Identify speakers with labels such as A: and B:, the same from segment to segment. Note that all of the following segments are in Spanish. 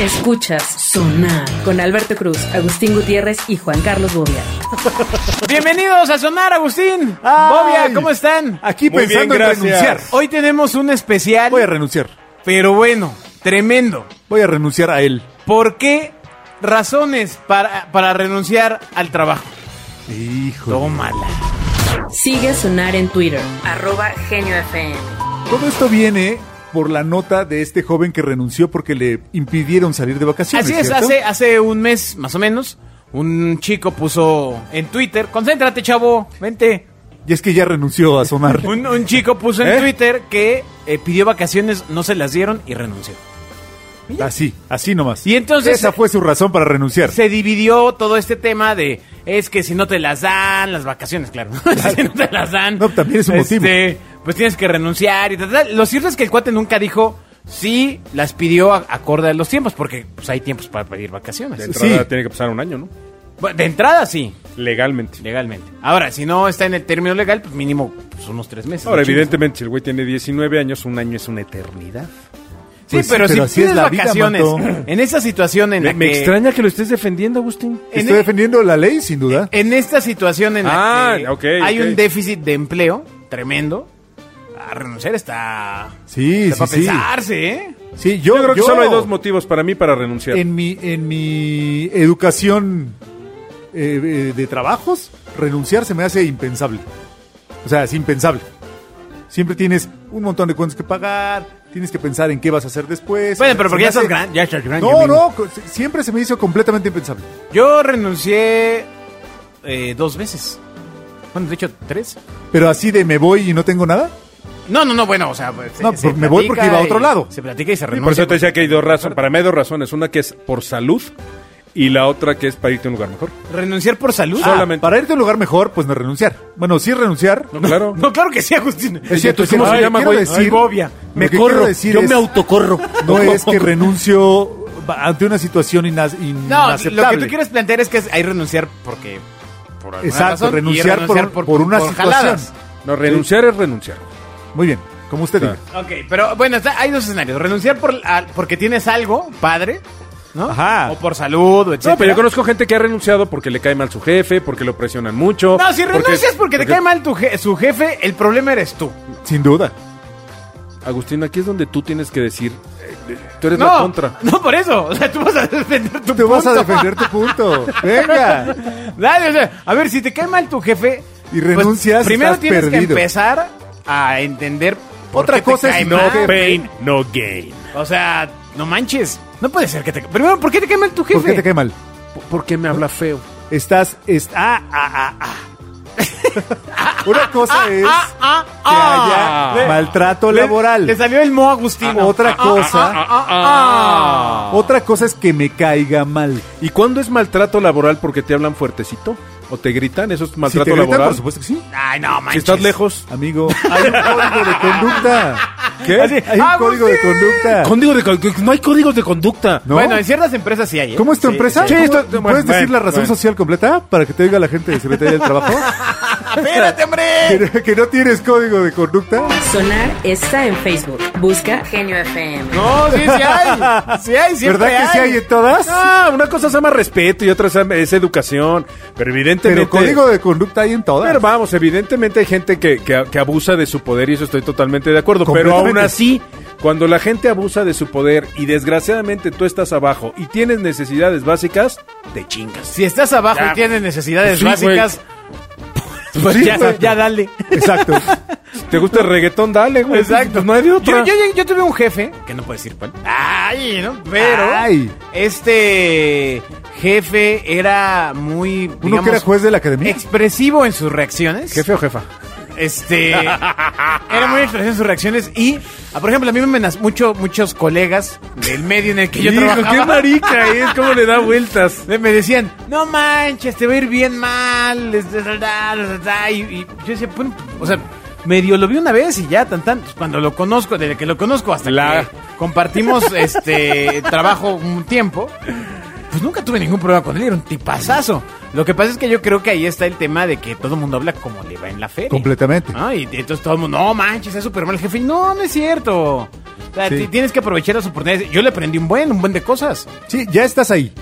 A: Escuchas Sonar con Alberto Cruz, Agustín Gutiérrez y Juan Carlos Bobia.
B: Bienvenidos a Sonar, Agustín.
C: Ay.
B: Bobia, ¿cómo están?
C: Aquí
D: Muy
C: pensando
D: bien,
C: en
D: gracias.
C: renunciar.
B: Hoy tenemos un especial,
C: Voy a renunciar.
B: pero bueno, tremendo.
C: Voy a renunciar a él.
B: ¿Por qué razones para, para renunciar al trabajo?
C: Hijo.
B: Tómala.
A: Sigue a Sonar en Twitter, arroba Genio FM.
C: Todo esto viene por la nota de este joven que renunció porque le impidieron salir de vacaciones.
B: Así es,
C: ¿cierto?
B: hace, hace un mes más o menos, un chico puso en Twitter, concéntrate chavo, vente.
C: Y es que ya renunció a sonar.
B: Un, un chico puso en
C: ¿Eh?
B: Twitter que eh, pidió vacaciones, no se las dieron y renunció.
C: así, así nomás.
B: Y entonces
C: Esa fue su razón para renunciar.
B: se dividió todo este tema de es que si no te las dan, las vacaciones, claro. si no te las dan.
C: No, también es un
B: este, Pues tienes que renunciar y tal, tal. Lo cierto es que el cuate nunca dijo si las pidió a- acorde a los tiempos, porque pues, hay tiempos para pedir vacaciones.
D: De
B: Bueno,
D: entrada
C: Sí.
D: tiene que pasar un año, ¿no?
B: De, entrada sí,
D: Legalmente.
B: legalmente. Ahora, si no está en el término legal, pues mínimo pues, unos tres meses.
D: Ahora,
B: ¿no?
D: evidentemente, si el güey tiene 19 años, un año es una eternidad.
B: Sí,
C: Pues sí,
B: pero,
C: pero
B: si
C: así es
B: pides
C: la vida,
B: vacaciones
C: Manto.
B: en esa situación en la
D: Me, me
B: que-
D: extraña que lo estés defendiendo, Agustín.
B: en
C: Estoy
B: e-
C: defendiendo la ley, sin duda.
B: En esta situación en la
D: Ah,
B: que
D: ok,
B: hay
D: ok.
B: un déficit de empleo tremendo, a renunciar está.
C: Sí,
B: está para
C: sí, sí.
B: pensarse, ¿eh?
C: Sí, yo,
D: Yo creo que
C: yo-
D: solo hay dos motivos para mí para renunciar.
C: En mi, en mi educación eh, eh, de trabajos, renunciar se me hace impensable. O sea, es impensable. Siempre tienes un montón de cuentas que pagar, tienes que pensar en qué vas a hacer después.
B: Bueno, pero porque ya
C: Se me
B: estás
C: hace-
B: grande. Ya estás grande.
C: No,
B: amigo.
C: no, co- se- siempre se me hizo completamente impensable.
B: Yo renuncié eh, dos veces. Bueno, de hecho, tres.
C: Pero así de me voy y no tengo nada.
B: No, no, no, bueno, o sea. pues, se-
C: No,
B: se
C: pues me voy
B: platica
C: porque iba a
B: y-
C: otro lado.
B: Se platica y se
D: Y
B: renuncia.
D: por eso te decía que hay dos razones. Para mí hay dos razones. Una que es por salud y la otra que es para irte a un lugar mejor.
B: ¿Renunciar por salud?
D: Ah, Solamente.
C: Para irte a un lugar mejor, pues no renunciar. Bueno, sí renunciar.
D: No, claro.
B: Ah, No, claro que sí, Agustín.
C: Es cierto, es cierto.
D: ¿cómo se
C: Lo que
D: llama,
C: quiero
D: güey?
C: decir-
B: Ay, Bobia,
C: lo
B: me
C: que quiero
B: corro.
C: decir
B: Yo
C: es-
B: me autocorro.
C: No es que renuncio ante una situación inas- inaceptable.
B: No, lo que tú quieres plantear es que es- hay renunciar porque. Por alguna
C: Exacto,
B: razón, y
C: renunciar por- por una situación.
B: jaladas.
D: No, renunciar es renunciar.
C: Muy bien, como usted
D: Claro.
C: diga.
B: Ok, pero bueno, está- hay dos escenarios. Renunciar por, al- porque tienes algo, padre, ¿no?
C: Ajá.
B: O por salud, o etc.
D: No, pero yo conozco gente que ha renunciado porque le cae mal su jefe, porque lo presionan mucho.
B: si renuncias porque, te cae mal tu je- su jefe, el problema eres tú.
C: Sin duda.
D: Agustín, aquí es donde tú tienes que decir, eh, tú eres la
B: No,
D: contra.
B: no por eso. O sea, tú vas a defender tu
C: Te vas a
B: punto.
C: defender tu punto. Venga.
B: Dale, o sea, a ver, si te cae mal tu jefe... pues,
C: Y renuncias,
B: primero
C: estás
B: tienes que
C: perdido.
B: empezar a entender por
C: Otra
B: qué te
C: cosa es
B: cae
C: no
B: mal.
C: que-
D: Pain, no gain.
B: O sea, no manches. No puede ser que te... Primero, ¿por qué te cae mal tu jefe?
C: ¿Por qué te cae mal?
D: Porque me habla feo.
C: Estás. est- ah, ah, ah, ah. Una cosa es
B: Ah, ah,
C: que
B: ah.
C: haya maltrato
B: Le-
C: laboral. Ah,
B: Le salió el mo Agustino.
C: Otra cosa.
B: Ah.
C: Otra cosa es que me caiga mal.
D: ¿Y cuándo es maltrato laboral porque te hablan fuertecito? ¿O te gritan? ¿Eso es
C: si
D: maltrato
C: te gritan,
D: laboral?
C: por supuesto que sí.
B: Ay, no, manches.
D: si estás lejos.
C: Amigo, hay un código de conducta.
D: ¿Qué?
C: Así, Hay un
B: ¡Agustín!
C: código de conducta.
D: Código de con- no hay códigos de conducta.
C: ¿No?
B: Bueno, en ciertas empresas sí hay. ¿eh?
C: ¿Cómo es tu
B: Sí,
C: empresa?
B: sí.
C: ¿Cómo-
D: esto- bueno,
C: ¿Puedes decir
D: bueno,
C: la razón
D: bueno.
C: social completa para que te diga la gente de Secretaría del Trabajo?
B: ¡Espérate, hombre!
C: ¿Que, que no tienes código de conducta.
A: Sonar está en Facebook. Busca Genio FM.
B: No, sí, sí hay. Sí hay, siempre
C: ¿Verdad que sí hay en todas?
D: Ah, una cosa se llama respeto y otra se llama- es educación. Pero evidentemente...
C: Pero código de conducta hay en todas.
D: Pero vamos, evidentemente hay gente que, que- que abusa de su poder y eso estoy totalmente de acuerdo. Pero aún
C: Completamente.
D: así, cuando la gente abusa de su poder y desgraciadamente tú estás abajo y tienes necesidades básicas, te chingas.
B: Si estás abajo
D: Ya.
B: y tienes necesidades
D: Sí,
B: básicas, pues
C: Sí,
B: ya,
C: güey.
B: ya dale.
C: Exacto.
D: ¿Te gusta el reggaetón? Dale, güey. Pues no hay de
B: Yo,
D: otra.
B: yo- yo tuve un jefe, que no puedo decir cuál. Ay, ¿no? Pero
C: Ay.
B: este jefe era muy,
C: Uno
B: digamos,
C: que era juez de la academia.
B: expresivo en sus reacciones.
D: Jefe o jefa.
B: Este. era muy expresivo en sus reacciones. Y, ah, por ejemplo, a mí me amenazó mucho, muchos colegas del medio en el que yo
D: Hijo,
B: trabajaba.
D: qué marica es, cómo le da vueltas.
B: Me me decían, no manches, te va a ir bien mal. es- es- es- es- es- Y, y yo decía, bueno, o sea, medio lo vi una vez y ya, tan tan. Pues Cuando lo conozco, desde que lo conozco hasta
D: La-
B: que compartimos este trabajo un tiempo, pues nunca tuve ningún problema con él, era un tipazazo. Lo que pasa es que yo creo que ahí está el tema de que todo el mundo habla como le va en la feria.
C: Completamente.
B: Ah, y entonces todo el mundo, no manches, es Superman el jefe. No, no es cierto. sea,
C: Sí.
B: ti- Tienes que aprovechar las oportunidades. Yo le aprendí un buen, un buen de cosas.
C: Sí, ya estás ahí.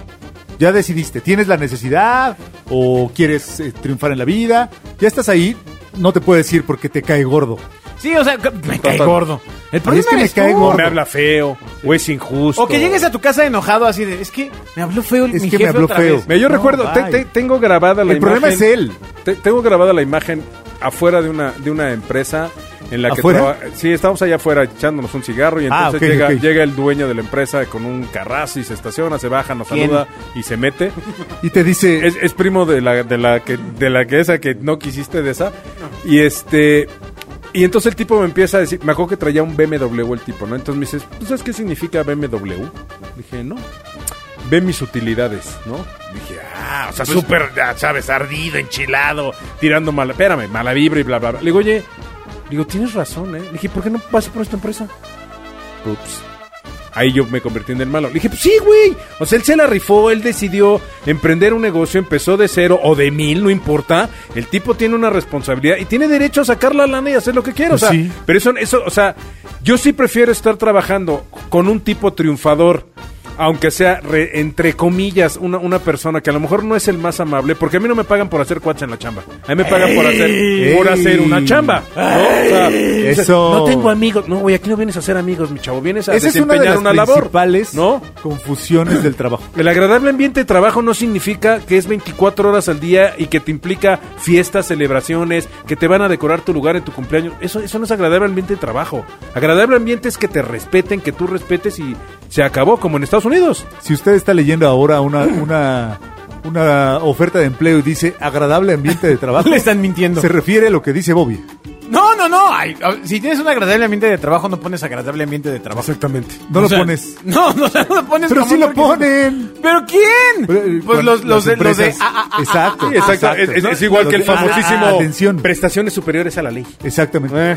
C: Ya decidiste. ¿Tienes la necesidad o quieres eh, triunfar en la vida? Ya estás ahí. No te puedes ir porque te cae gordo.
B: Sí, o sea, que- me cae
D: Total.
B: gordo. El problema
C: Es que me
B: eres
C: cae
B: tú.
C: gordo.
D: me habla feo, o es injusto.
B: O que llegues a tu casa enojado así de, es que me habló feo
C: Es
B: mi
C: que me
B: jefe
C: habló
B: otra
C: feo".
B: vez.
D: Mira, yo
C: No,
D: recuerdo, te-
C: bye.
D: te- tengo grabada la
C: El problema
D: imagen-
C: es él.
D: te- tengo grabada la imagen afuera de una, de una empresa en la que
C: ¿Afuera?
D: traba- Sí, estábamos allá afuera echándonos un cigarro y
C: Ah,
D: entonces
C: ok,
D: llega,
C: ok.
D: llega el dueño de la empresa con un carrazo y se estaciona, se baja, nos
B: ¿Quién?
D: saluda y se mete.
C: Y te dice,
D: Es, es primo de la, de la que, de la que esa que no quisiste de esa. Y este. Y entonces el tipo me empieza a decir, me acuerdo que traía un BMW el tipo, ¿no? Entonces me dices, ¿tú sabes qué significa BMW? Dije, no. Ve mis utilidades, ¿no? Dije, ah, o sea, súper, ya sabes, ardido, enchilado, tirando mala, espérame, mala vibra y bla, bla, bla. Le digo, oye, digo, tienes razón, ¿eh? Le dije, ¿por qué no pasas por esta empresa? Ups. Ahí yo me convertí en el malo. Le dije, pues sí, güey. O sea, él se la rifó, él decidió emprender un negocio, empezó de cero o de mil, no importa. El tipo tiene una responsabilidad y tiene derecho a sacar la lana y hacer lo que quiera.
C: Pues
D: o sea,
C: sí.
D: pero eso, eso, o sea, yo sí prefiero estar trabajando con un tipo triunfador. Aunque sea, re- entre comillas, una, una persona que a lo mejor no es el más amable, porque a mí no me pagan por hacer cuates en la chamba. A mí me pagan por hacer, por
C: ¡Ey!
D: hacer una chamba. ¿no? O sea,
C: Eso.
D: No tengo amigos. No, güey, aquí no vienes a ser amigos, mi chavo. Vienes a
C: esa es una de
D: desempeñar
C: las
D: una, labor.
C: principales
D: ¿No?
C: confusiones del trabajo.
D: El agradable ambiente de trabajo no significa que es 24 horas al día y que te implica fiestas, celebraciones, que te van a decorar tu lugar en tu cumpleaños. Eso, eso no es agradable ambiente de trabajo. Agradable ambiente es que te respeten, que tú respetes y se acabó, como en Estados Unidos.
C: Si usted está leyendo ahora una, una, una oferta de empleo y dice agradable ambiente de trabajo,
B: Le están mintiendo.
C: se refiere a lo que dice Bobby.
B: No, no, no. ay, a- si tienes un agradable ambiente de trabajo, no pones agradable ambiente de trabajo.
D: Exactamente.
C: No
B: O
C: lo
B: sea,
C: pones.
B: No, no, o sea, no lo pones.
C: Pero
B: como
C: sí
B: un
C: lo
B: organizador.
C: ponen.
B: ¿Pero
C: Pero, eh,
B: quién? Pues
C: cuando-
B: los, los,
C: las
B: de, los de-
C: empresas.
B: ah, ah, ah,
C: Exacto.
B: ah, ah,
D: exacto.
C: Exacto,
D: Es, es-
C: ¿no?
D: es igual que el
C: Ah, ah,
D: famosísimo
C: atención.
D: prestaciones superiores a la ley.
C: Exactamente.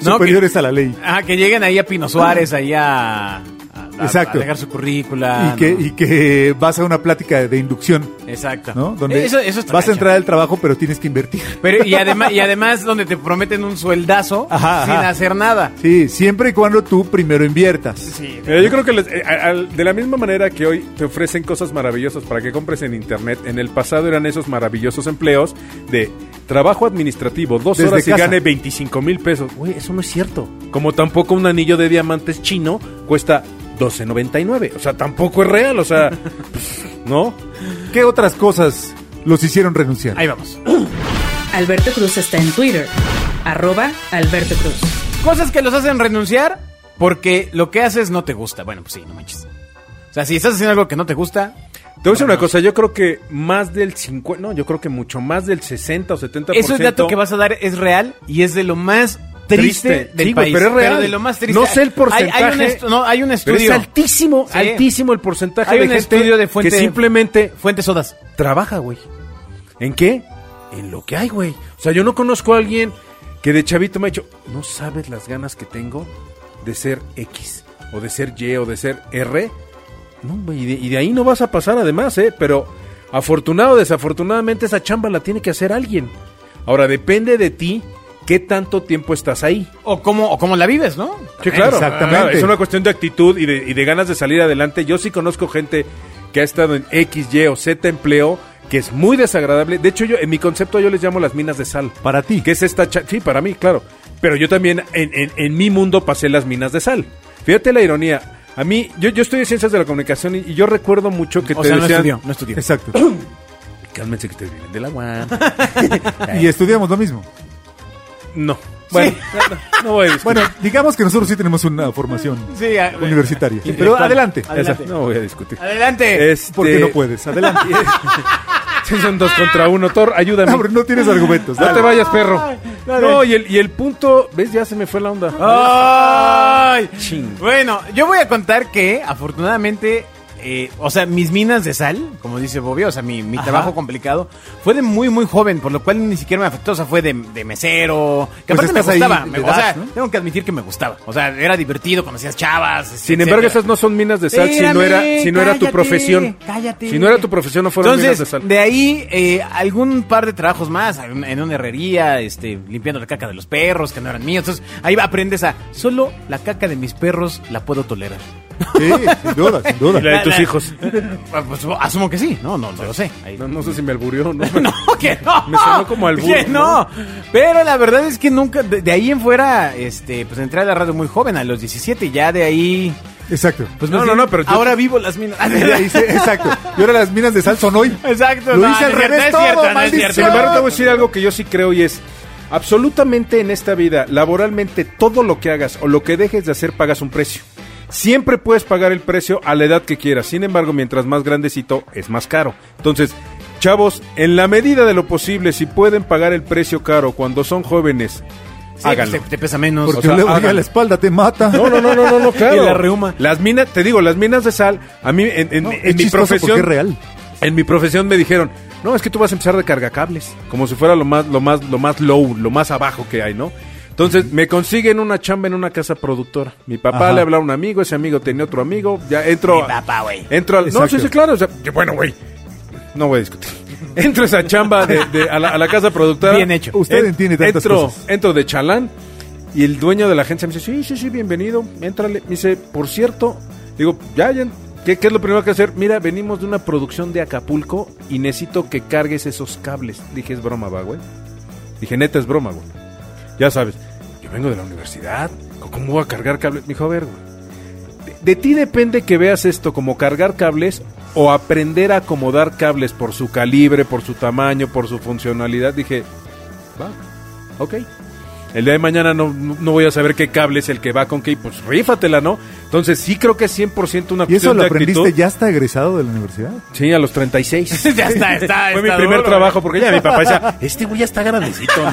B: no,
C: Superiores a la ley.
B: Ah, que lleguen ahí a Pino Suárez, ahí a, a- a-
C: Exacto.
B: a dejar su currícula.
C: y, que,
B: Ah, ¿no?
C: y que vas a una plática de inducción,
B: Exacto.
C: ¿no? Donde
B: Eso- eso está
C: vas a
B: gacho.
C: entrar al trabajo, pero tienes que invertir.
B: Pero, y, además, y además donde te prometen un sueldazo
C: Ajá,
B: sin
C: ajá.
B: hacer nada.
C: Sí, siempre y cuando tú primero inviertas.
D: Mira, yo creo que les- eh, a- al- de la misma manera que hoy te ofrecen cosas maravillosas para que compres en internet, en el pasado eran esos maravillosos empleos de trabajo administrativo, dos
C: Desde
D: horas y
C: casa.
D: gane 25 mil pesos. Güey, eso no es cierto. Como tampoco un anillo de diamantes chino cuesta 12.99. O sea, tampoco es real. O sea, pues, ¿no?
C: ¿Qué otras cosas los hicieron renunciar?
B: Ahí vamos.
A: Alberto Cruz está en Twitter, arroba Alberto Cruz.
B: Cosas que los hacen renunciar porque lo que haces no te gusta. Bueno, pues sí, no manches. O sea, si estás haciendo algo que no te gusta,
D: Te voy a decir una cosa, yo creo que más del 50, no, yo creo que mucho más del 60 o 70%.
B: eso es dato que vas a dar es real y es de lo más triste,
D: Triste.
B: del
D: Sí, güey,
B: país.
D: pero es real.
B: de lo más triste.
D: No sé
B: Hay-
D: el
B: Hay, un,
D: porcentaje,
B: estu- no, hay un
D: Pero
B: estudio.
D: es altísimo,
B: Sí.
D: altísimo el porcentaje
B: Hay
D: de
B: un
D: gente
B: estudio de fuente-
D: que simplemente
B: Fuentes sodas.
D: trabaja, güey. ¿En qué? En lo que hay, güey. O sea, yo no conozco a alguien que de chavito me ha dicho, no sabes las ganas que tengo de ser X, o de ser Y, o de ser R. No, güey, y de, y de ahí no vas a pasar además, ¿eh? Pero afortunado o desafortunadamente esa chamba la tiene que hacer alguien. Ahora, depende de ti qué tanto tiempo estás ahí.
B: O cómo, o cómo la vives, ¿no?
D: Sí, claro.
C: Exactamente.
D: Claro, es una cuestión de actitud y de, y de ganas de salir adelante. Yo sí conozco gente que ha estado en X, Y o Z empleo que es muy desagradable. De hecho, yo en mi concepto yo les llamo las minas de sal.
C: Para ti.
D: Que es esta... cha- Sí, para mí, claro. Pero yo también en, en- en mi mundo pasé las minas de sal. Fíjate la ironía. A mí, yo, yo estoy en ciencias de la comunicación y, y yo recuerdo mucho que
B: O
D: te
B: sea, no
D: decían...
B: estudió, no estudió.
C: Exacto.
D: Cálmense que te vienen del agua.
C: y estudiamos lo mismo.
D: No. Bueno, no, no voy a discutir.
C: Bueno, digamos que nosotros sí tenemos una formación
B: Sí, a-
C: universitaria. Pero
D: Intelectual.
C: adelante.
D: Esa,
B: adelante.
D: no voy a discutir.
B: Adelante.
D: Este,
C: Porque no puedes. Adelante.
D: Sí, son dos contra uno, Thor, ayúdame.
C: No, no tienes argumentos.
D: No
C: dale.
D: te vayas, perro.
B: dale.
D: No, y el, y el punto, ¿ves? Ya se me fue la onda.
B: ¡Ay!
D: Ching. Ah,
B: Bueno, yo voy a contar que afortunadamente eh, o sea, mis minas de sal, como dice Bobby, o sea, mi, mi trabajo complicado, fue de muy, muy joven, por lo cual ni siquiera me afectó, o sea, fue de, de mesero, que
C: Pues
B: aparte me
C: estás ahí
B: gustaba,
C: de
B: me- o
C: edad,
B: sea,
C: ¿no?
B: tengo que admitir que me gustaba, o sea, era divertido, conocías chavas, este,
D: Sin embargo, esas no son minas de sal si no era, si no era tu profesión.
B: Cállate.
D: Si no era tu profesión, no fueron minas de
B: Entonces,
D: sal.
B: de ahí, eh, algún par de trabajos más, en en una herrería, este, limpiando la caca de los perros, que no eran míos. Entonces, ahí aprendes a, solo la caca de mis perros la puedo tolerar.
C: Sí, sin duda, sin
D: Y la de
C: duda.
D: tus hijos.
B: Pues, asumo que sí, no, no, no lo sé. Ahí-
D: No, no sé si me alburió. No,
B: no, que no.
D: Me sonó como albur,
B: Que no. Pero la verdad es que nunca, de, de ahí en fuera, este, pues entré a la radio muy joven, a los 17, ya de ahí.
C: Exacto.
B: Pues
D: No,
B: más
D: no,
B: bien,
D: no, pero tú-
B: Ahora vivo las minas.
C: Exacto. Y ahora las minas de sal son hoy.
B: Exacto,
C: Lo
B: no,
C: hice al
B: no es
C: revés
B: cierto, no es
C: todo,
B: cierto, no es cierto.
D: Sin
C: maldición.
D: embargo, te voy a decir algo que yo sí creo y es absolutamente en esta vida, laboralmente, todo lo que hagas o lo que dejes de hacer pagas un precio. Siempre puedes pagar el precio a la edad que quieras. Sin embargo, mientras más grandecito es más caro. Entonces, chavos, en la medida de lo posible, si pueden pagar el precio caro cuando son jóvenes,
B: Sí,
D: háganlo.
B: Te, te pesa menos.
C: Porque
D: O sea,
C: luego ya
D: hagan-
C: la espalda te mata.
D: No, no, no, no, no, no, claro.
B: Y la reuma.
D: Las minas, te digo, las minas de sal, a mí en, en-
C: No,
D: en
C: es
D: mi
C: chistoso porque
D: profesión
C: es real.
D: En mi profesión me dijeron, no, es que tú vas a empezar de cargacables, como si fuera lo más, lo más, lo más low, lo más abajo que hay, ¿no? Entonces me consiguen una chamba en una casa productora. Mi papá
C: Ajá.
D: le hablaba a un amigo, ese amigo tenía otro amigo, ya entro.
B: Mi
D: a-
B: papá, güey.
D: Entro al. No,
C: Exacto.
D: sí, sí, claro. o sea, que bueno, güey. No voy a discutir. Entro a esa chamba de, de- a, la, a la casa productora.
B: Bien hecho.
C: Usted entiende tantas
D: entro,
C: cosas.
D: Entro de chalán y el dueño de la agencia me dice, sí, sí, sí, bienvenido, éntrale. Me dice, por cierto, digo, ya, ya, ¿qué, qué es lo primero que hacer? Mira, venimos de una producción de Acapulco y necesito que cargues esos cables. Dije, es broma, va, güey. Dije, neta, es broma, güey. Ya sabes, yo vengo de la universidad, ¿cómo voy a cargar cables? Me dijo, a ver, güey. De ti depende que veas esto como cargar cables o aprender a acomodar cables por su calibre, por su tamaño, por su funcionalidad. Dije, va, ok. El día de mañana no, no voy a saber qué cable es el que va con qué, y pues rífatela, ¿no? Entonces sí creo que es 100% una
C: ¿Y eso
D: cuestión
C: lo
D: de
C: aprendiste
D: actitud.
C: ya hasta egresado de la universidad?
D: Sí, a los 36.
B: ya está, está.
D: Fue mi
B: está
D: primer
B: duro,
D: trabajo, porque ya mi papá decía, este güey ya está grandecito, ¿no?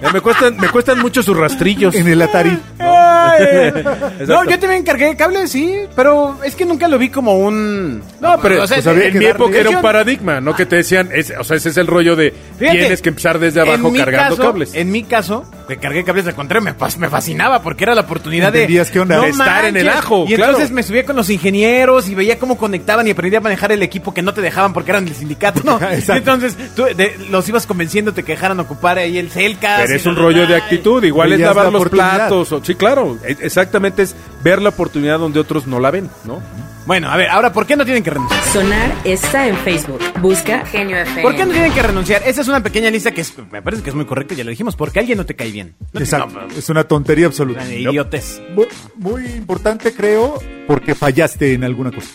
D: Ya me cuestan, me cuestan mucho sus rastrillos.
B: Pues,
C: En
B: eh,
C: el Atari.
B: Ay.
D: Exacto.
B: No, yo también cargué cables, sí, pero es que nunca lo vi como un...
D: No, pero
B: O sea,
D: pues,
B: en-
D: había-
B: en
D: en mi
B: darle-
D: época era
B: Yo-
D: un paradigma, ¿no? Que te decían, es- o sea, ese es el rollo de
B: Fíjate,
D: tienes que empezar desde
B: en
D: abajo
B: mi
D: cargando
B: caso-
D: cables.
B: En mi caso, que cargué cables al contrario, me, fas- me fascinaba porque era la oportunidad de,
C: Entendías qué onda.
B: no
D: De estar en el
B: manches.
D: ajo,
B: Y
D: claro.
B: entonces me subía con los ingenieros y veía cómo conectaban y aprendía a manejar el equipo que no te dejaban porque eran el sindicato, ¿no?
C: Exacto.
B: Y entonces tú de- los ibas convenciéndote que dejaran ocupar ahí el Celcas.
D: Pero
B: y
D: es un
B: la-
D: rollo de actitud, igual es
C: Veías Pues la
D: lavar los
C: oportunidad.
D: platos. o- sí, claro, e- exactamente es ver la oportunidad donde otros no la ven, ¿no?
B: Bueno, a ver, ahora, ¿por qué no tienen que renunciar?
A: Sonar está en Facebook. Busca Genio FM.
B: ¿Por qué no tienen que renunciar? Esa es una pequeña lista que es- me parece que es muy correcta, ya lo dijimos, porque alguien no te cae bien. No te-
C: Exacto.
B: no,
C: Es una tontería absoluta.
B: no, idiotes.
C: Muy, muy importante, creo, porque fallaste en alguna cosa.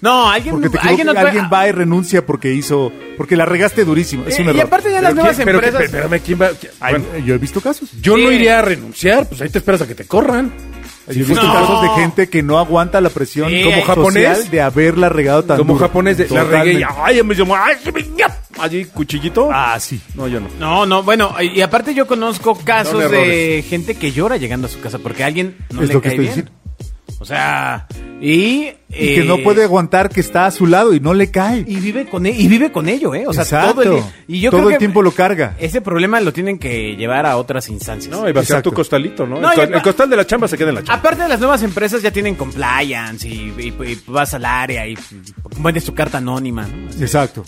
B: No, alguien,
C: Porque te
B: alguien
C: alguien,
B: no te-
C: alguien va y renuncia porque hizo, porque la regaste durísimo. Es
B: Eh,
C: un
B: y
C: error.
B: aparte ya las
D: Pero
B: nuevas
D: ¿quién- pero-
B: empresas.
D: pero- espérame, ¿quién va? ¿Quién-
C: Ay,
D: bueno,
C: yo he visto casos.
D: yo no
B: Sí.
D: iría a renunciar, pues ahí te esperas a que te corran.
C: Yo he visto
B: No.
C: casos de gente que no aguanta la presión
B: Sí,
C: como
B: como
D: japonés.
C: japonés de haberla regado tan
D: Como
C: duro.
D: japonés, de, la
C: Totalmente.
D: regué y ay, me llamó, ay, que me- ya, allí cuchillito.
C: Ah, sí.
D: No, yo no.
B: No, no, bueno, y aparte yo conozco casos
D: Son
B: de
D: errores.
B: gente que llora llegando a su casa porque a alguien no
C: Es
B: le
C: lo que
B: cae
C: estoy
B: bien.
C: diciendo.
B: O sea, y,
C: Y que no
B: eh,
C: puede aguantar que está a su lado y no le cae.
B: y vive con e- y vive con ello, eh, o sea,
C: Exacto.
B: todo el día- y yo
C: Todo
B: creo
C: el
B: que
C: tiempo lo carga.
B: Ese problema lo tienen que llevar a otras instancias.
D: No, y va a ser
C: Exacto.
D: tu costalito, ¿no?
B: No,
D: el,
B: y
D: co-
B: apa-
D: el costal de la chamba se queda en la chamba.
B: Aparte de las nuevas empresas ya tienen compliance y, y- y vas al área y pones tu carta anónima. ¿no?
C: Exacto.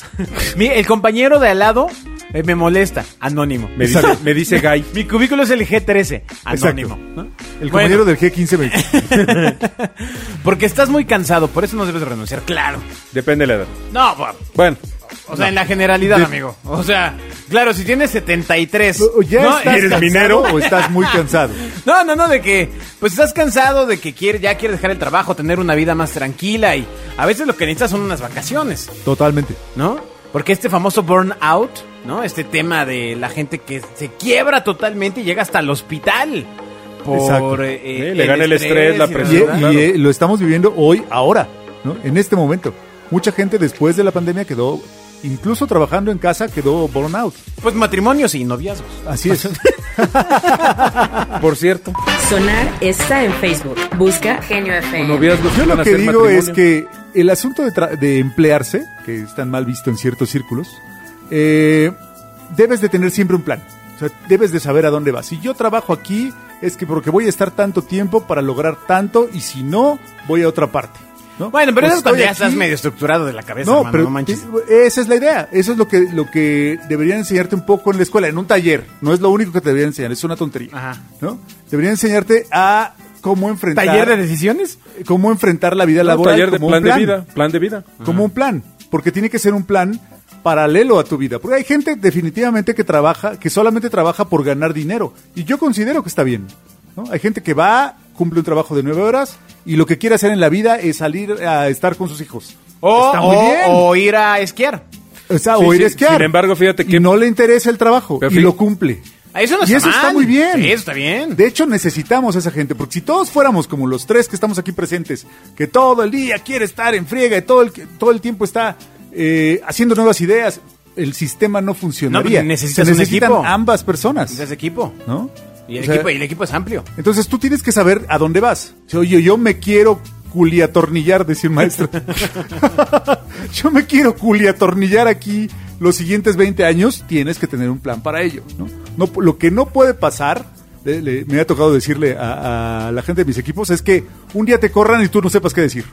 B: Mi- el compañero de al lado eh, me molesta, anónimo.
D: Me dice, me dice Guy.
B: Ah, Mi cubículo es el G13, anónimo.
C: Exacto.
B: ¿no?
C: El
B: Bueno.
C: compañero del G15 me-
B: Porque estás muy cansado, por eso no debes renunciar, claro.
D: Depende de la edad.
B: No, bo-
D: Bueno,
B: o sea, en la generalidad,
C: De-
B: amigo. O sea, claro, si tienes 73.
C: ¿O ¿Ya
B: no,
C: estás
D: eres
C: cansado
D: minero?
C: o estás muy cansado?
B: No, no, no, de que pues estás cansado de que quiere, ya quieres dejar el trabajo, tener una vida más tranquila y a veces lo que necesitas son unas vacaciones,
C: Totalmente.
B: ¿no? Porque este famoso burnout, ¿no? Este tema de la gente que se quiebra totalmente y llega hasta el hospital. Por,
C: Exacto.
B: eh,
D: Sí,
B: eh,
D: le gana el estrés, la
B: y
C: Y,
D: presión.
B: todo.
D: Claro.
C: y, eh, lo estamos viviendo hoy, ahora, ¿no? En este momento. Mucha gente después de la pandemia quedó, incluso trabajando en casa, quedó burnout.
B: Pues matrimonios y noviazgos.
C: Así es.
D: por cierto,
A: Sonar está en Facebook. Busca Genio FM.
D: noviazgos
C: Yo
D: van
C: lo
D: a
C: que
D: ser
C: digo es
D: matrimonio.
C: que el asunto de, tra- de emplearse, que es tan mal visto en ciertos círculos, eh, debes de tener siempre un plan. O sea, debes de saber a dónde vas. Si yo trabajo aquí, es que porque voy a estar tanto tiempo para lograr tanto, y si no, voy a otra parte. ¿no?
B: Bueno, pero
C: O
B: eso es cuando
C: estoy
B: ya estás
C: Pues, aquí-
B: medio estructurado de la cabeza,
C: no,
B: mano,
C: pero
B: no manches.
C: te- esa es la idea. Eso es lo que, lo que deberían enseñarte un poco en la escuela, en un taller. No es lo único que te deberían enseñar, es una tontería.
B: Ajá.
C: ¿no? Deberían enseñarte a cómo enfrentar,
B: ¿Taller de decisiones?
C: cómo enfrentar la vida laboral.
D: taller de
C: como un
D: plan, de vida, plan de vida.
C: Como un plan. Porque tiene que ser un plan paralelo a tu vida. Porque hay gente definitivamente que trabaja, que solamente trabaja por ganar dinero. Y yo considero que está bien. ¿no? Hay gente que va, cumple un trabajo de nueve horas y lo que quiere hacer en la vida es salir a estar con sus hijos.
B: O,
C: está muy
B: o-
C: bien.
B: o ir a esquiar.
C: O sea,
D: Sí,
C: o ir
D: sí,
C: a esquiar.
D: sin embargo, fíjate que-
C: Y no le interesa el trabajo
D: Pero
C: y
D: fí-
C: lo cumple.
B: Eso no
C: y
B: está
C: eso está
B: mal.
C: muy bien.
B: Sí, eso está bien.
C: De hecho, necesitamos a esa gente. Porque si todos fuéramos como los tres que estamos aquí presentes, que todo el día quiere estar en friega y todo el, todo el tiempo está eh, haciendo nuevas ideas, el sistema no funcionaría.
B: No, pues, necesitas
C: Se
B: un
C: necesitan
B: equipo.
C: ambas personas.
B: Necesitas equipo.
C: ¿no?
B: Y el,
C: O sea,
B: equipo, y el equipo es amplio.
C: entonces tú tienes que saber a dónde vas. O sea, Oye, yo me quiero culiatornillar, decía un maestro. yo me quiero culiatornillar aquí los siguientes 20 años. Tienes que tener un plan para ello. ¿no? No, lo que no puede pasar, le- le- me ha tocado decirle a, a la gente de mis equipos, es que un día te corran y tú no sepas qué decir.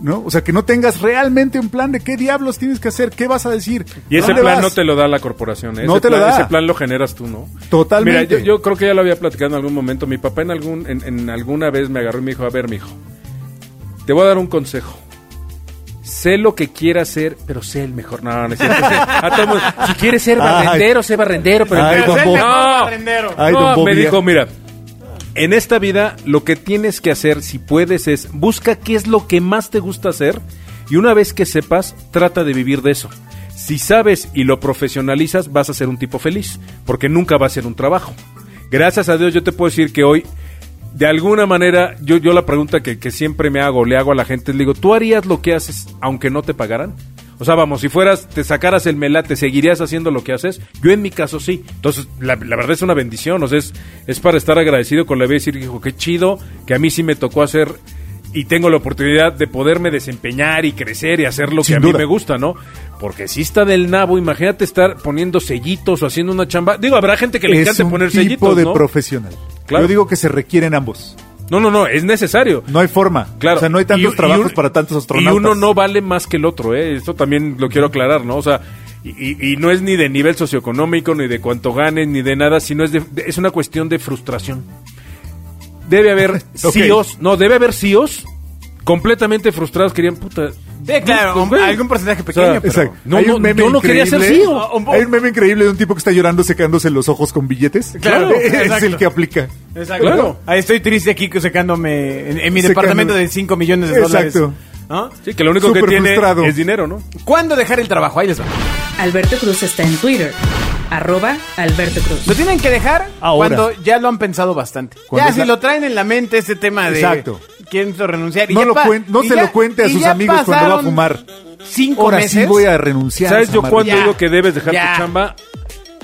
C: ¿No? O sea, que no tengas realmente un plan de qué diablos tienes que hacer, qué vas a decir.
D: Y
C: ¿a
D: ese
C: dónde
D: plan
C: vas?
D: no te lo da la corporación. ¿eh?
C: No
D: Ese
C: te lo
D: plan-
C: da.
D: Ese plan lo generas tú, ¿no?
C: Totalmente.
D: Mira, yo, yo creo que ya lo había platicado en algún momento. Mi papá en, algún, en, en alguna vez me agarró y me dijo, a ver, mijo, te voy a dar un consejo. Sé lo que quieras ser, pero sé el mejor. No, no es cierto. Sé- a todo mundo, si quieres ser barrendero, sé barrendero, pero...
C: Ay, don Bob.
D: no,
B: barrendero.
C: Ay,
D: No,
C: don Bob,
D: me
C: ya.
D: dijo, mira, en esta vida lo que tienes que hacer, si puedes, es busca qué es lo que más te gusta hacer y una vez que sepas, trata de vivir de eso. Si sabes y lo profesionalizas, vas a ser un tipo feliz, porque nunca va a ser un trabajo. Gracias a Dios yo te puedo decir que hoy, de alguna manera, yo, yo la pregunta que, que siempre me hago, le hago a la gente, le digo, ¿tú harías lo que haces aunque no te pagaran? O sea, vamos, si fueras, te sacaras el melate, ¿seguirías haciendo lo que haces? Yo en mi caso sí. Entonces, la, la verdad es una bendición, o sea, es, es para estar agradecido con la vida y decir, hijo, qué chido, que a mí sí me tocó hacer y tengo la oportunidad de poderme desempeñar y crecer y hacer lo
C: Sin
D: que a
C: duda.
D: mí me gusta, ¿no? Porque si está del nabo, imagínate estar poniendo sellitos o haciendo una chamba. Digo, habrá gente que le
C: es
D: encante
C: un
D: poner
C: tipo
D: sellitos,
C: de
D: ¿no?
C: profesional.
D: Claro.
C: Yo digo que se requieren ambos.
D: No, no, no, es necesario.
C: No hay forma.
D: Claro.
C: O sea, no hay tantos
D: Y- y
C: trabajos
D: un-
C: para tantos astronautas.
D: Y uno no vale más que el otro, ¿eh? Esto también lo quiero aclarar, ¿no? O sea, y, y- y no es ni de nivel socioeconómico, ni de cuánto ganes, ni de nada, sino es, de- de- es una cuestión de frustración. Debe haber
C: Ok.
D: CEOs, no, debe haber CEOs completamente frustrados que dirían, puta.
B: Sí, claro,
D: pues,
B: un-
D: güey.
B: algún porcentaje
D: sea,
B: pequeño, pero...
C: Exacto.
D: No,
C: Hay
D: no,
C: un meme
D: yo no quería ser E
C: increíble-
D: CEO.
B: O- o-
C: Hay un meme increíble de un tipo que está llorando secándose los ojos con billetes.
B: Claro,
C: es
B: exacto.
C: el que aplica.
B: Exacto.
D: Claro.
B: Ahí estoy triste aquí secándome en, en mi
C: Secándome.
B: departamento de 5 millones de dólares.
C: Exacto.
B: ¿No?
D: Sí, que lo único que
C: ¿Ah? Súper
D: tiene
C: frustrado.
D: es dinero, ¿no?
B: ¿Cuándo dejar el trabajo? Ahí les va.
A: Alberto Cruz está en Twitter. Arroba Alberto
B: Lo
A: Cruz.
B: tienen que dejar
C: Ahora.
B: cuando ya lo han pensado bastante.
C: Cuando
B: ya
C: es
B: si
C: la-
B: lo traen en la mente este tema de
C: Exacto.
B: quiero renunciar y
C: No,
B: ya
C: lo
B: pa-
C: cuen- no
B: y
C: se
B: ya-
C: lo cuente a
B: y
C: sus
B: ya
C: amigos cuando va a
B: pasaron
C: fumar.
B: Cinco
C: Ahora
B: meses.
C: sí voy a renunciar.
D: ¿Sabes
C: esa
D: yo
C: madre.
D: cuándo
B: Ya.
D: digo que debes dejar
B: Ya.
D: tu chamba?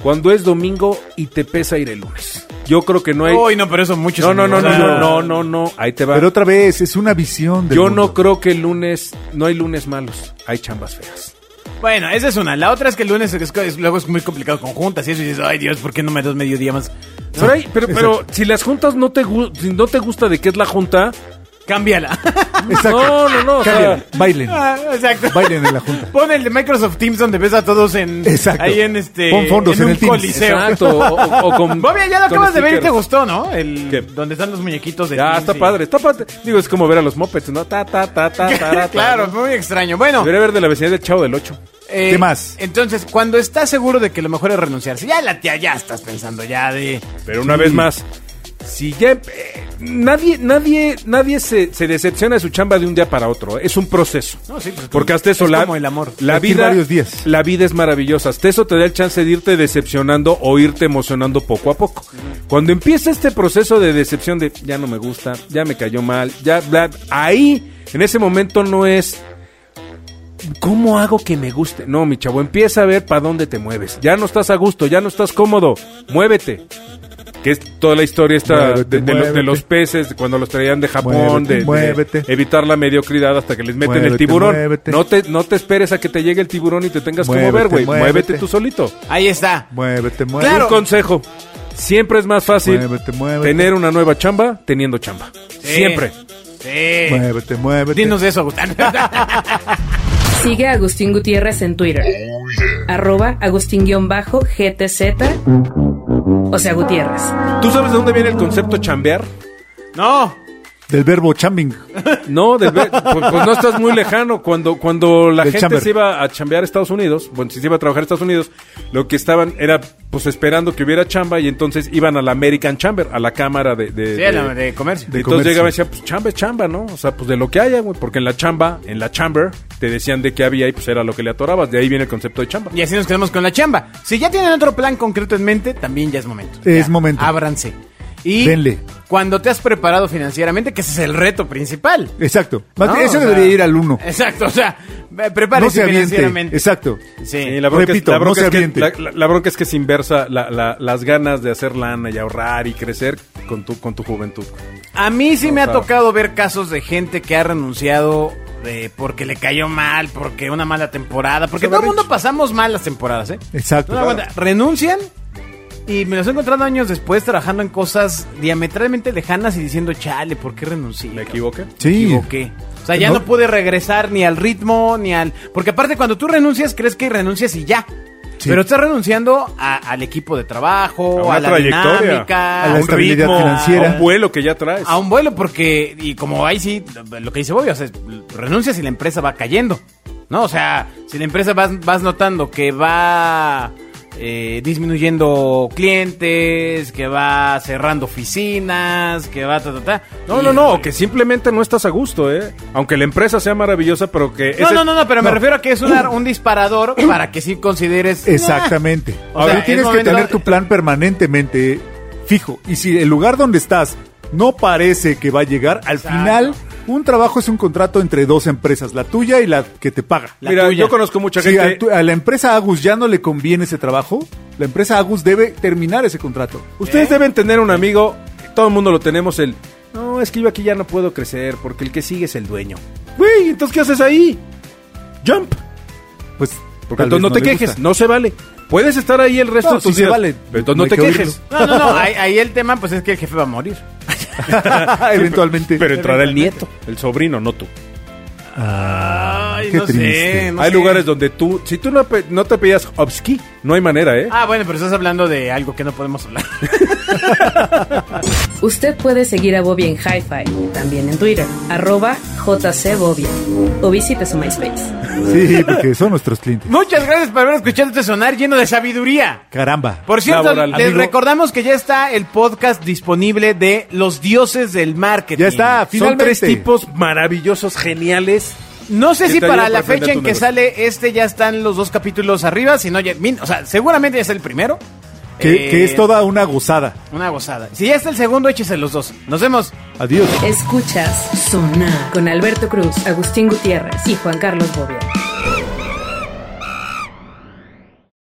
D: Cuando es domingo y te pesa ir el lunes. Yo creo que no hay.
B: Uy, no, pero eso mucho.
D: no, no, no, no, no, no, no, no, ahí te va.
C: Pero otra vez, es una visión. Del
D: Yo
C: mundo.
D: no creo que el lunes, no hay lunes malos, hay chambas feas.
B: Bueno, esa es una. La otra es que el lunes es- es- luego es muy complicado con juntas y eso y dices, ay Dios, ¿por qué no me das medio día más?
D: Pero, hay- pero, pero si las juntas no te, gu- si no te gusta de qué es la junta,
B: Cámbiala.
C: Exacto.
D: No, no, no, o sea-
C: Cámbiala, bailen.
B: Ah, Exacto.
C: Bailen en la junta.
B: Pon el de Microsoft Teams donde ves a todos en.
C: Exacto.
B: Ahí en este.
C: Pon fondos en
B: un
C: el Teams.
B: coliseo.
D: Exacto, o- o- o con-
B: Bobia, ya lo
D: con
B: acabas de ver y te
D: stickers.
B: gustó, ¿no? El,
D: ¿Qué?
B: Donde están los muñequitos de.
D: ya
B: Teams
D: está
B: y-
D: padre, está padre. Digo, es como ver a los mopeds, ¿no? Ta, ta, ta, ta, ta, ta, ta,
B: claro,
D: ¿no?
B: fue muy extraño. Bueno,
D: Debería ver de la vecindad del Chavo del 8.
B: eh,
C: ¿qué más?
B: Entonces, cuando estás seguro de que lo mejor es renunciar, si ya la tía ya estás pensando ya de.
D: Pero una vez más, si ya eh, nadie, nadie, nadie se, se decepciona de su chamba de un día para otro. ¿eh? Es un proceso.
B: No, sí, pues,
D: Porque hasta eso
B: es
D: la,
B: como el amor.
D: la
C: Requiere
D: vida,
C: varios días.
D: la vida es maravillosa. Hasta eso te da el chance de irte decepcionando o irte emocionando poco a poco. Cuando empieza este proceso de decepción de ya no me gusta, ya me cayó mal, ya bla, ahí en ese momento no es ¿Cómo hago que me guste? Este, No, mi chavo, empieza a ver para dónde te mueves. Ya no estás a gusto, ya no estás cómodo. Muévete. que es toda la historia esta
C: Muévete,
D: de, de los, de
C: muévete.
D: los peces, cuando los traían de Japón,
C: Muévete,
D: de- de,
C: muévete.
D: evitar la mediocridad hasta que les meten el
C: Muévete,
D: tiburón.
C: muévete.
D: No te no te esperes a que te llegue el tiburón y te tengas que
C: Muévete,
D: mover, güey. Muévete.
C: muévete.
D: tú solito.
B: Ahí está.
C: Muévete, muévete.
B: Claro.
D: Un consejo. Siempre es más fácil
C: Muévete, muévete.
D: tener una nueva chamba teniendo chamba.
B: Sí.
D: Siempre.
B: Sí.
C: Muévete, muévete.
B: Dinos de eso, Agustín.
A: Sigue a Agustín Gutiérrez en Twitter. Arroba Agustín-GTZ. O sea, Gutiérrez.
D: ¿Tú sabes de dónde viene el concepto chambear?
B: no.
C: Del verbo chambing.
D: No, de ver- pues, pues no estás muy lejano. Cuando, cuando la
C: Del
D: gente
C: chamber.
D: se iba a chambear a Estados Unidos, bueno, si se iba a trabajar a Estados Unidos, lo que estaban era pues esperando que hubiera chamba y entonces iban a la American Chamber, a la cámara de... de-
B: Sí,
D: de-
B: la de comercio.
C: de
D: y entonces
C: comercio.
D: llegaban y decían, pues chamba es chamba, ¿no? O sea, pues de lo que haya, güey, porque en la chamba, en la chamber, te decían de qué había y pues era lo que le atorabas. De ahí viene el concepto de chamba.
B: Y así nos quedamos con la chamba. Si ya tienen otro plan concreto en mente, también ya es momento.
C: Es
B: Ya,
C: momento.
B: Ábranse. Y
C: Denle.
B: cuando te has preparado financieramente, que ese es el reto principal.
C: Exacto. Más
B: ¿no?
C: bien, eso
B: O sea,
C: debería ir al uno.
B: Exacto, o sea, eh,
C: No
B: prepárese
C: se aviente.
B: financieramente.
C: Exacto.
B: Sí.
D: Sí, la bronca
C: Repito,
D: es, la
C: no
D: bronca
C: se
D: es que,
C: aviente.
D: la, la- la bronca es que es inversa la- la- las ganas de hacer lana y ahorrar y crecer con tu, con tu juventud.
B: A mí sí me ha
D: Claro.
B: tocado ver casos de gente que ha renunciado de porque le cayó mal, porque una mala temporada, porque
D: Se
B: todo el
D: va
B: mundo
D: rich.
B: pasamos mal las temporadas, ¿eh?
C: Exacto.
B: No me aguanta. Renuncian y me los he encontrado años después trabajando en cosas diametralmente lejanas y diciendo, chale, ¿por qué renuncié?
D: ¿Me equivoqué?
B: Me
C: Sí.
B: equivoqué. O sea, ya no.
C: No.
B: pude regresar ni al ritmo, ni al... Porque aparte cuando tú renuncias, crees que renuncias y ya.
C: Sí.
B: Pero estás renunciando a- al equipo de trabajo,
D: A
B: a,
D: una
B: la
D: trayectoria,
B: dinámica,
C: a la
B: un
C: estabilidad
B: ritmo,
C: financiera.
D: A un vuelo que ya traes.
B: a un vuelo porque, y como ahí sí, lo que dice Bobby, o sea, renuncias y la empresa va cayendo, ¿no? O sea, si la empresa vas, vas notando que va eh, disminuyendo clientes, que va cerrando oficinas, que va ta, ta, ta.
D: No,
B: y-
D: no, no, que simplemente no estás a gusto, ¿eh? Aunque la empresa sea maravillosa, pero que...
B: No,
D: ese-
B: no, no, no, pero me refiero a que es un, ar- un disparador para que sí consideres...
C: Exactamente.
B: O sea,
C: Tú
B: es
C: tienes que
B: momento-
C: tener tu plan permanentemente fijo. Y si el lugar donde estás no parece que va a llegar, al
B: Exacto.
C: final un trabajo es un contrato entre dos empresas, la tuya y la que te paga.
B: La
D: Mira,
B: tuya.
D: yo conozco mucha
C: si
D: gente...
C: a, tu- a la empresa Agus ya no le conviene ese trabajo, la empresa Agus debe terminar ese contrato.
D: Ustedes deben tener un amigo, que todo el mundo lo tenemos, el... No, es que yo aquí ya no puedo crecer, porque el que sigue es el dueño. Güey, entonces, ¿qué haces ahí? Jump.
C: Pues
D: Porque
C: tal vez
D: entonces no, te
C: le
D: quejes,
C: gusta.
D: no se vale. Puedes estar ahí el resto
C: No,
D: de tus
C: sí se
D: días,
C: vale.
D: pero entonces no,
C: No hay
D: te
C: que
D: quejes.
B: No,
C: oírlo.
B: no, no, ahí, ahí el tema pues es que el jefe va a morir.
C: Eventualmente.
D: Pero entrará el nieto, el sobrino, no tú.
B: Ay,
C: qué
B: no sé,
C: triste.
B: no
D: Ah, hay
B: sé.
D: lugares donde tú, si tú no, pe- no te pedías obski, no hay manera, ¿eh?
B: Ah, bueno, pero estás hablando de algo que no podemos hablar.
A: Usted puede seguir a Bobby en Hi-Fi, también en Twitter, arroba jcbobby, o visite su MySpace.
C: Sí, porque son nuestros clientes.
B: Muchas gracias por haber escuchado este sonar lleno de sabiduría.
C: Caramba.
B: Por cierto,
D: Laboral.
B: les
D: Amigo.
B: recordamos que ya está el podcast disponible de Los Dioses del Marketing.
C: Ya está, finalmente.
D: Son tres tipos maravillosos, geniales.
B: No sé
D: Que
B: si
D: te
B: para
D: ayudan
B: la
D: para aprender
B: fecha en
D: tu
B: que
D: negocio.
B: sale este ya están los dos capítulos arriba, si no ya, min- o sea, seguramente ya está el primero.
C: Que,
B: Eh,
C: que es toda una gozada.
B: Una gozada. Si ya está el segundo, échese los dos. Nos vemos.
C: Adiós.
A: Escuchas Sonar con Alberto Cruz, Agustín Gutiérrez y Juan Carlos Bobia.